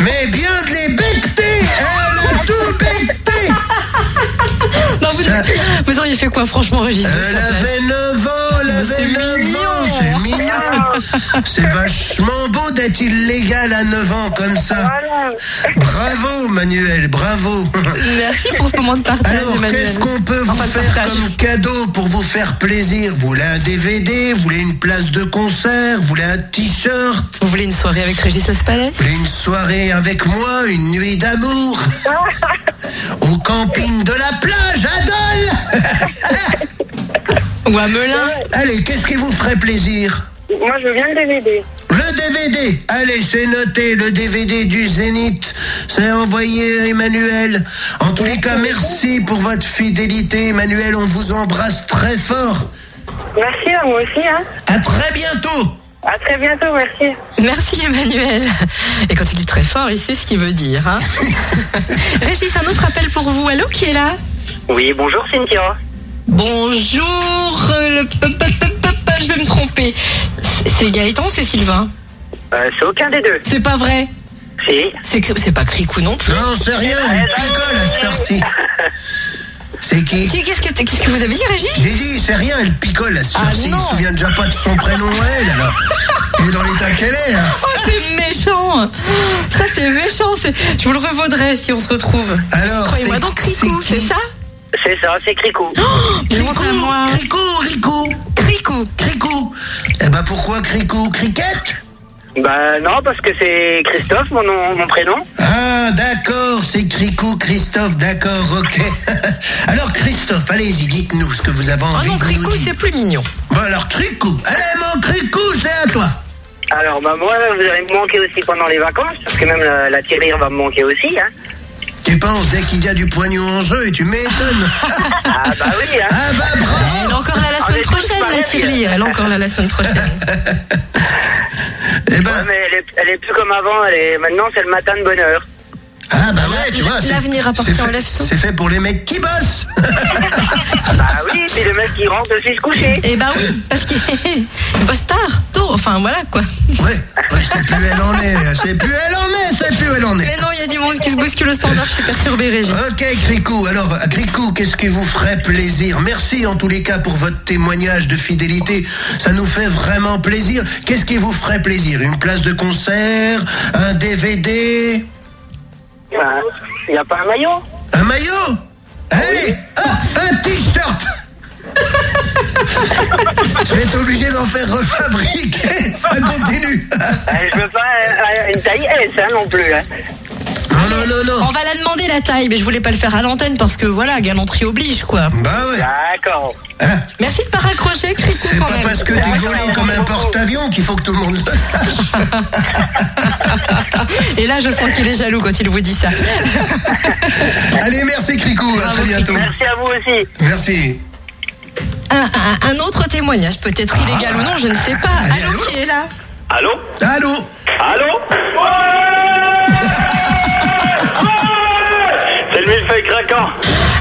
mais bien de les becter. Elle a tout becté.
Non, vous,
Euh,
vous auriez fait quoi, franchement, Régis
Elle avait 9 ans, elle
C'est
avait 9 ans, c'est mignon. C'est vachement beau d'être illégal à 9 ans comme ça.
Voilà.
Bravo, Manuel, bravo.
Merci pour ce moment de partage,
Alors,
Emmanuel.
qu'est-ce qu'on peut vous
Enfin, de
faire
partage.
comme cadeau pour vous faire plaisir Vous voulez un DVD Vous voulez une place de concert Vous voulez un t-shirt
Vous voulez une soirée avec Régis Laspalais
Vous voulez une soirée avec moi Une nuit d'amour Au camping de la plage, Adol
Ou à Melun
Allez, qu'est-ce qui vous ferait plaisir
Moi, je veux bien le DVD.
Le DVD, allez, c'est noté, le DVD du Zénith, c'est envoyé à Emmanuel. En tous les cas, merci pour votre fidélité, Emmanuel, on vous embrasse très fort.
Merci, hein, moi aussi. Hein.
À très bientôt
À très bientôt, merci.
Merci Emmanuel. Et quand il dit très fort, il sait ce qu'il veut dire. hein. Régis, un autre appel pour vous. Allô, qui est là
Oui, bonjour Cynthia.
Bonjour. euh, le pop, pop, pop, pop, pop, Je vais me tromper. C'est- C'est Gaëtan ou c'est Sylvain
Euh, c'est aucun des deux.
C'est pas vrai.
Si.
C'est cr- c'est pas Cricou non plus.
Non, c'est rien, il picole à cette heure-ci. C'est qui
Qui- Qu'est-ce que, qu'est-ce que vous avez dit, Régis
J'ai dit, c'est rien, elle picole à cette
Ah,
heure-ci. Il
non.
se souvient déjà pas de son prénom, elle, alors. Elle est dans l'état qu'elle est, hein.
Oh, c'est méchant. Ça, c'est méchant. c'est- Je vous le revaudrai si on se retrouve.
Alors,
Croyez-moi
c'est-
donc Cricou,
c'est
c'est
qui
ça
C'est ça, c'est Cricou.
Montre à moi.
Cricou, Cricou,
Cricou.
Cricou. Eh ben pourquoi Cricou Cricket
Bah non, parce que c'est Christophe, mon, nom, mon prénom.
Ah, d'accord, c'est Cricou, Christophe, d'accord, ok. alors, Christophe, allez-y, dites-nous ce que vous avez
Oh
envie
non,
de nous
Cricou,
dire.
c'est plus mignon.
Bon, alors, Cricou, allez, mon Cricou, c'est à toi.
Alors bah moi, vous allez me manquer aussi pendant les vacances, parce que même la, la tirelire va me manquer aussi. Hein.
Tu penses dès qu'il y a du poignon en jeu et tu m'étonnes.
Ah bah oui, hein.
ah, bah, bravo
Elle est encore là la
Ah,
semaine
mais c'est
prochaine,
pareil.
la tirelire. Elle est encore là la semaine prochaine.
Eh
Ouais,
ben,
mais elle est, elle est plus comme avant, elle est, maintenant c'est le matin de bonne heure.
ah, bah ouais, tu vois. c'est-
L'avenir appartient
c'est fait-
aux lève-tôt.
C'est fait pour les mecs qui bossent.
Bah oui, c'est le mec qui rentre aussi se coucher.
Eh ben oui, parce qu'il bosse tard, tôt. Enfin, voilà quoi.
Ouais, ouais, c'est plus elle en est, c'est plus elle en est, c'est plus elle en est.
Mais non, il y a du monde qui se bouscule au standard. Je suis perturbée, Régis.
Ok, Cricou. Alors, Cricou, qu'est-ce qui vous ferait plaisir Merci en tous les cas pour votre témoignage de fidélité. Ça nous fait vraiment plaisir. Qu'est-ce qui vous ferait plaisir Une place de concert Un DVD
Bah, Il n'y a pas un maillot
Un maillot Allez hop, Un t-shirt Je vais être obligé d'en faire refabriquer. Ça continue.
Euh, Je veux pas euh, une taille S hein, non plus. Hein.
Non, non, non, non.
On va la demander la taille, mais je voulais pas le faire à l'antenne parce que voilà, galanterie oblige quoi.
Bah ouais.
D'accord.
Merci de pas raccrocher, Cricou
C'est
quand
pas
même.
parce que tu gaulais comme un porte-avions qu'il faut que tout le monde le sache.
Et là, je sens qu'il est jaloux quand il vous dit ça.
Allez, merci Cricou. À
Bravo,
très bientôt.
Merci à vous aussi.
Merci.
Un, un- un autre témoignage, peut-être illégal ou non, je ne sais pas.
Allez, Ah,
Allô,
allô
qui est là
Allô
Allô
Allô C'est le millefeuille craquant.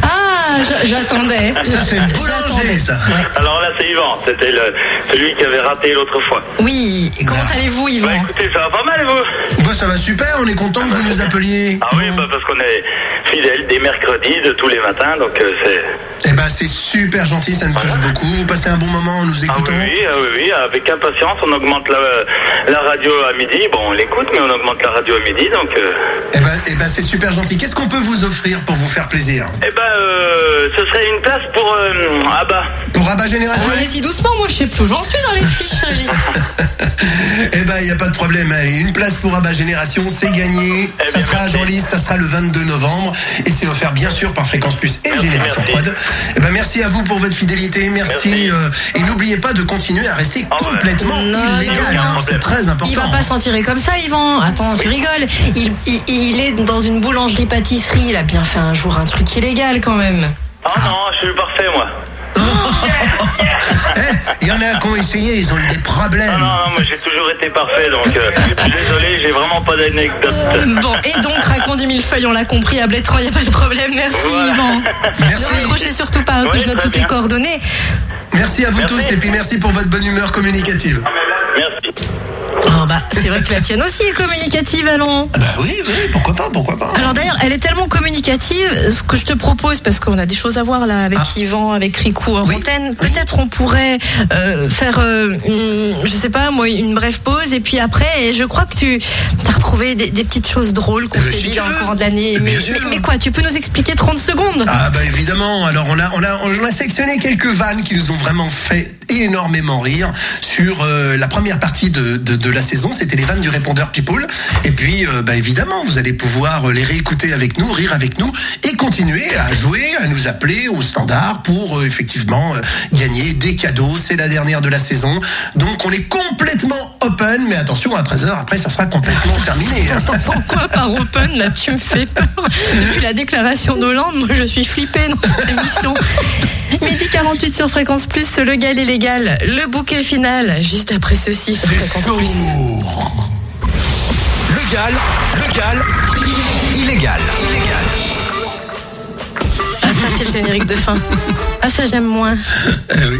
Ah, j'a- j'attendais.
Ça, c'est le boulanger, ça.
Alors là, c'est Yvan. C'était le- celui qui avait raté l'autre fois.
Oui, comment allez-vous,
Bah
Yvan
écoutez, ça va pas mal, et vous
Bah, ça va super, on est content que vous nous appeliez.
Ah oui, bah, parce qu'on est fidèles des mercredis, de tous les matins, donc euh, c'est...
Eh ben, c'est super gentil, ça me touche beaucoup. Vous passez un bon moment en nous
Ah oui,
écoutant.
oui, ah oui, oui, avec impatience, on augmente la, la radio à midi. Bon, on l'écoute, mais on augmente la radio à midi, donc... euh,
Eh ben, eh ben, c'est super gentil. Qu'est-ce qu'on peut vous offrir pour vous faire plaisir
Eh ben, euh, ce serait une place pour... euh, ah bah...
Pour Rabat Génération
Allez-y doucement, moi je sais plus où j'en suis dans les fiches, Régis.
Eh ben, il n'y a pas de problème. Allez, une place pour Rabat Génération, c'est gagné.
Eh
ça
bien,
sera à
merci.
Genlis, ça sera le 22 novembre. Et c'est offert, bien sûr, par Fréquence Plus et
Merci,
Génération
merci.
Prod. Eh ben, merci à vous pour votre fidélité. Merci.
Merci.
euh, et n'oubliez pas de continuer à rester
Ah ouais.
complètement
Non,
illégal.
non,
hein.
non.
C'est très important.
Il va pas s'en tirer comme ça, Yvan. Attends, tu rigoles. Il, il- il est dans une boulangerie-pâtisserie. Il a bien fait un jour un truc illégal quand même.
Ah non, je suis parfait, moi.
Il y en a qui ont essayé, ils ont eu des
Ah
problèmes.
non, non, moi j'ai toujours été parfait, donc euh, je suis désolé, j'ai vraiment pas d'anecdote.
Bon, et donc, raconte du millefeuille, on l'a compris, à Blétran, il n'y a pas de problème. Merci,
Voilà.
Yvan.
Merci.
Ne raccrochez surtout pas, hein, que
Oui,
je note
très
toutes les
bien.
coordonnées.
Merci à vous
Merci.
tous et puis merci pour votre bonne humeur communicative.
Merci.
Ah bah, c'est vrai que la tienne aussi est communicative, allons.
Ah Bah oui, oui, pourquoi pas, pourquoi pas.
Alors d'ailleurs, elle est tellement communicative, ce que je te propose, parce qu'on a des choses à voir là avec Yvan, avec Rico, en
Ah. Oui.
antenne, peut-être on pourrait euh, faire, euh, une- je sais pas moi, une brève pause, et puis après, je crois que tu as retrouvé des, des petites choses drôles qu'on
Eh ben,
s'est
si
dit
tu
dans le
veux.
courant de l'année.
Eh
Mais,
bien sûr.
mais- mais quoi, tu peux nous expliquer 30 secondes
Ah bah évidemment, alors on a, on, a, on a sélectionné quelques vannes qui nous ont vraiment fait énormément rire sur euh, la première partie de, de, de la saison, c'était les vannes du répondeur People. Et puis euh, bah évidemment, vous allez pouvoir les réécouter avec nous, rire avec nous et continuer à jouer, à nous appeler au standard pour euh, effectivement euh, gagner des cadeaux. C'est la dernière de la saison. Donc on est complètement open, mais attention, à 13h après, ça sera complètement terminé. hein.
T'entends quoi par open Là, tu me fais peur. Depuis la déclaration d'Hollande, moi, je suis flippée dans cette émission. Midi 48 sur Fréquence Plus, le gal est légal. Le bouquet final, juste après ceci sur Fréquence Plus.
Le GAL, le GAL, illégal, illégal.
Ah, ça, c'est le générique de fin. Ah, ça, j'aime moins.
Eh oui.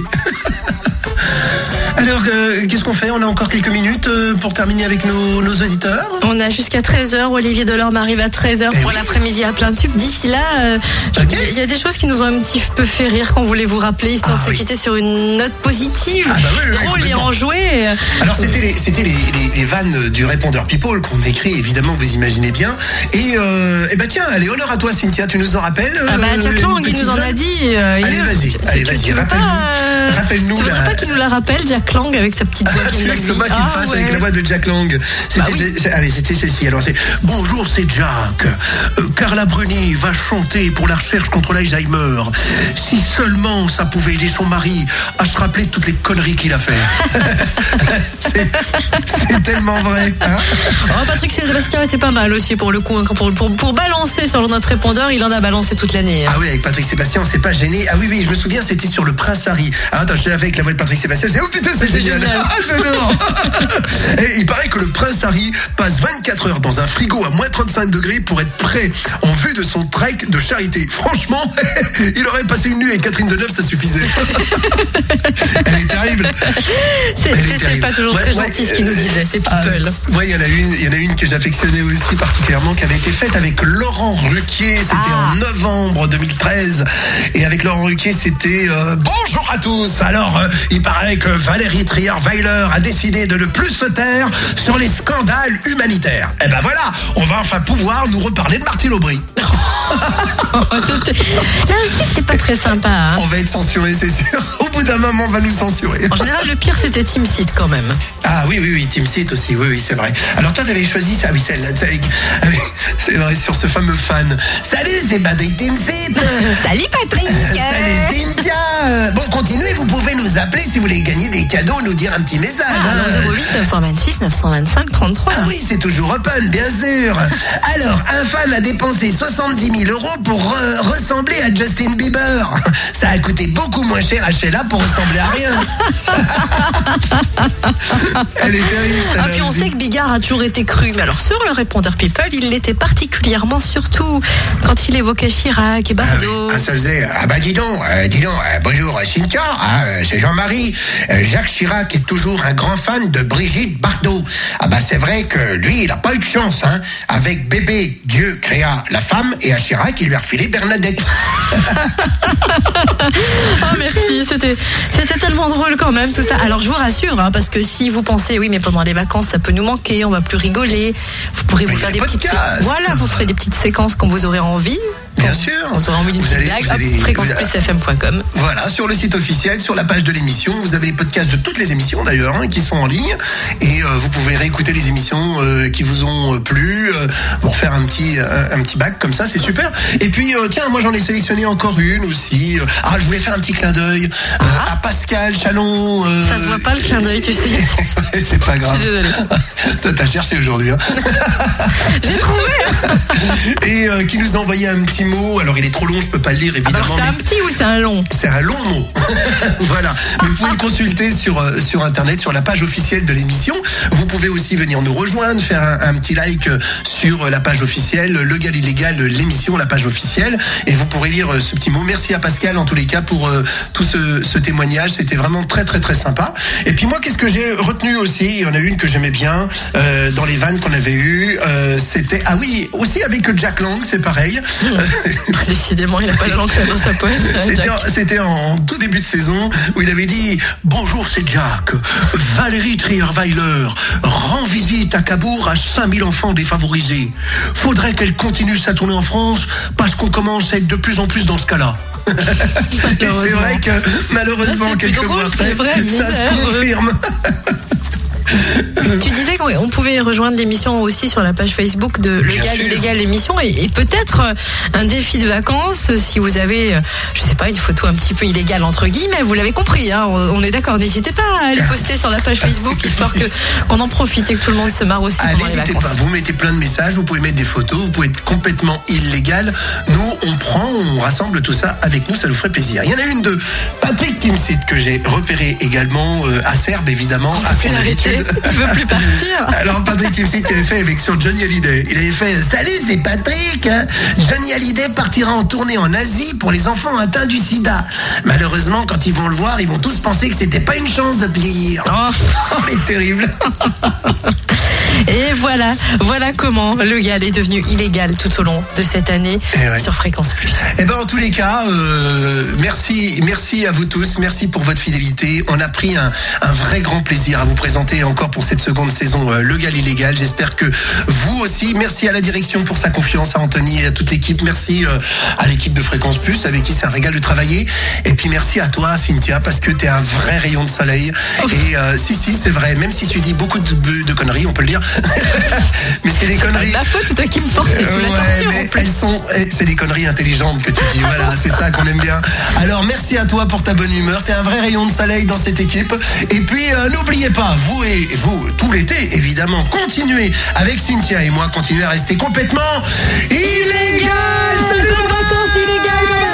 Alors, euh, qu'est-ce qu'on fait On a encore quelques minutes euh, pour terminer avec nos, nos auditeurs.
On a jusqu'à 13h. Olivier Delorme arrive à 13h pour l'après-midi à plein tube. D'ici là, euh,
Eh Ok.
il y a des choses qui nous ont un petit peu fait rire qu'on voulait vous rappeler, histoire
Ah
de se
oui.
quitter sur une note positive,
Ah bah oui, oui, oui,
drôle et
complètement.
enjouée.
Alors, c'était les, c'était les, les- les vannes du répondeur People qu'on écrit, évidemment, vous imaginez bien. Et, euh, eh ben tiens, allez, honneur à toi, Cynthia, tu nous en rappelles
Ah bah
euh,
Jack
les
Lang, il
petites
nous en a
vannes
dit. euh, il
Allez,
nous-
vas-y,
tu-
allez,
tu-
vas-y,
tu veux
rappelle-nous.
pas, euh,
Rappelle-nous
Tu voudrais
la-
pas qu'il nous la rappelle, Jack Lang, avec sa petite voix
Ah, tu
qu'il
veux
m'a
que ce
mis.
mot qu'il
Ah,
fasse
ouais. Bah
avec la voix de Jack Lang. C'était,
oui.
c'est- c'est- allez, c'était celle-ci. Alors, c'est Bonjour, c'est Jack. Euh, Carla Bruni va chanter pour la recherche contre l'Alzheimer. Si seulement ça pouvait aider son mari à se rappeler de toutes les conneries qu'il a fait. c'est, c'est tellement vrai. hein.
Oh, Patrick Sébastien était pas mal aussi pour le coup. hein, pour, pour, pour balancer sur notre répondeur, il en a balancé toute l'année. hein.
ah oui, avec Patrick Sébastien, on s'est pas gêné. Ah oui, oui, je me souviens, c'était sur le Prince Harry. Ah, attends, je l'avais avec la voix de Patrick Sébastien. Je dis, oh putain, c'est
C'est
génial.
génial.
Ah, j'adore. Et il paraît que le Prince Harry passe 24 heures dans un frigo à moins 35 degrés pour être prêt en vue de son trek de charité. Franchement, il aurait passé une nuit avec Catherine Deneuve, ça suffisait. Elle est terrible.
C'est-
Elle est
c'est- c'est
terrible.
pas toujours
Ouais,
très
ouais,
gentil ce qu'il nous
euh,
disait, c'est
ah,
people.
ouais, il y en a une, il y en a une que j'affectionnais aussi particulièrement, qui avait été faite avec Laurent Ruquier. C'était
Ah.
en novembre 2013. Et avec Laurent Ruquier, c'était euh, bonjour à tous. Alors, euh, il paraît que Valérie Trier-Weiler a décidé de ne plus se taire sur les scandales humanitaires. Eh ben voilà, on va enfin pouvoir nous reparler de Martine Aubry.
Ah. Oh, Là aussi, c'était pas très sympa. hein.
On va être censuré, c'est sûr. Au bout d'un moment, on va nous censurer.
En général, le pire, c'était Team Seed quand même.
Ah oui, oui, oui, Team Seat aussi, oui, oui, c'est vrai. Alors toi, t'avais choisi ça, oui, celle-là, t'sais, avec- ah oui, c'est vrai, sur ce fameux fan. Salut, c'est Patrick Team Seat
Salut Patrick
Ah, Salut Cynthia Euh, Bon, continuez, vous pouvez nous appeler si vous voulez gagner des cadeaux, nous dire un petit message.
Ah,
hein.
08 926 925 33.
Ah oui, c'est toujours open, bien sûr. Alors, un fan a dépensé 70 000 euros pour euh, ressembler à Justin Bieber. Ça a coûté beaucoup moins cher à Sheila pour ressembler à rien. Elle est terrible,
Ah,
celle-là
puis on
aussi.
sait que Bigard a toujours été cru, mais alors sur le répondeur People, il l'était particulièrement, surtout quand il évoquait Chirac et
Ah oui.
Bardot.
Ah, ça faisait. Ah bah dis donc, euh, dis donc, euh, bonjour euh, Cynthia, hein, euh, c'est Jean-Marie. Euh, Jacques Chirac est toujours un grand fan de Brigitte Bardot. Ah bah c'est vrai que lui, il a pas eu de chance, hein. Avec bébé, Dieu créa la femme et à Chirac, il lui a refilé Bernadette.
Ah, merci, c'était c'était tellement drôle quand même tout ça. Alors je vous rassure, hein, parce que si vous pensez, oui, mais pendant les vacances, ça peut nous manquer, on va plus rigoler, vous pourrez
Mais
vous
il y a
faire des
des
petites.
podcasts.
Voilà, vous ferez des petites séquences quand vous aurez envie.
Bien
Quand-
sûr.
quand Vous aurez envie d'une
Vous
petite
allez-
blague.
vous
hop,
allez-
fréquence
vous allez-
plus FM.com.
Voilà, sur le site officiel, sur la page de l'émission, vous avez les podcasts de toutes les émissions d'ailleurs hein, qui sont en ligne et euh, vous pouvez réécouter les émissions euh, qui vous ont euh, plu euh, pour faire un petit euh, un petit bac comme ça, c'est super. Et puis euh, tiens, moi j'en ai sélectionné encore une aussi. Euh, Ah, je voulais faire un petit clin d'œil euh, à Pascal Chalon. euh,
Ah. Ça se voit pas le clin d'œil, tu sais.
c'est pas grave.
désolée.
Toi, t'as cherché aujourd'hui. Hein.
J'ai trouvé
Et euh, qui nous a envoyé un petit petit mot. Alors, il est trop long, je peux pas le lire, évidemment.
Alors c'est
mais-
un petit ou c'est un long
c'est un long mot. voilà. Mais vous pouvez le consulter sur, euh, sur Internet, sur la page officielle de l'émission. Vous pouvez aussi venir nous rejoindre, faire un, un petit like euh, sur euh, la page officielle, euh, Legal Illégal, euh, l'émission, la page officielle. Et vous pourrez lire euh, ce petit mot. Merci à Pascal, en tous les cas, pour euh, tout ce, ce témoignage. C'était vraiment très, très, très sympa. Et puis moi, qu'est-ce que j'ai retenu aussi Il y en a une que j'aimais bien euh, dans les vannes qu'on avait eues. euh, C'était... Ah oui, aussi avec Jack Lang, c'est pareil.
Décidément, il a pas la langue dans sa poche.
C'était en,
Jack.
c'était en tout début de saison où il avait dit Bonjour, c'est Jack. Valérie Trierweiler rend visite à Cabourg à 5000 enfants défavorisés. Faudrait qu'elle continue sa tournée en France parce qu'on commence à être de plus en plus dans ce cas-là. Et c'est vrai que
Ça,
malheureusement,
c'est plus
quelques
drôle,
mois
c'est
après,
vrai, euh,
ça se
misère.
confirme.
Tu disais qu'on on pouvait rejoindre l'émission aussi sur la page Facebook de
Bien
Légal
sûr.
Illégal l'émission et, et peut-être euh, un défi de vacances euh, si vous avez, euh, je sais pas, une photo un petit peu illégale entre guillemets, vous l'avez compris, hein, on, on est d'accord, n'hésitez pas à aller poster sur la page Facebook histoire que qu'on en profite et que tout le monde se marre aussi
Ah,
pendant les
N'hésitez
vacances.
pas, vous mettez plein de messages, vous pouvez mettre des photos, vous pouvez être complètement illégal. Nous, on prend, on rassemble tout ça avec nous, ça nous ferait plaisir. Il y en a une de Patrick Timsit que j'ai repérée également, euh, acerbe évidemment, à
Tu
son
l'as arrêté,
habitude.
tu veux plus partir.
Alors Patrick Timsit avait fait avec sur Johnny Hallyday. Il avait fait Salut, c'est Patrick. hein. Johnny Hallyday partira en tournée en Asie pour les enfants atteints du sida. Malheureusement, quand ils vont le voir, ils vont tous penser que c'était pas une chance de vieillir.
Oh.
Oh, mais terrible.
Et voilà, voilà comment le gal est devenu illégal tout au long de cette année
Eh ouais.
sur Fréquence Plus.
Eh ben, en tous les cas, euh, merci, merci à vous tous, merci pour votre fidélité. On a pris un, un vrai grand plaisir à vous présenter encore pour cette seconde saison euh, Le Gal Illégal. J'espère que vous aussi, merci à la direction pour sa confiance, à Anthony et à toute l'équipe. Merci euh, à l'équipe de Fréquence Plus avec qui c'est un régal de travailler. Et puis merci à toi, Cynthia, parce que t'es un vrai rayon de soleil. Et euh, si, si, c'est vrai, même si tu dis beaucoup de, de conneries, on peut le dire. Mais c'est des
Pas de
conneries.
ma faute, c'est toi qui me portes sous la
Euh, Ouais,
torture
mais
en plus.
Elles sont, eh, c'est des conneries intelligentes que tu dis. Voilà, c'est ça qu'on aime bien. Alors merci à toi pour ta bonne humeur. T'es un vrai rayon de soleil dans cette équipe. Et puis euh, n'oubliez pas, vous et vous tout l'été évidemment, continuez avec Cynthia et moi, continuez à rester complètement illégal. Salut, les vacances illégales.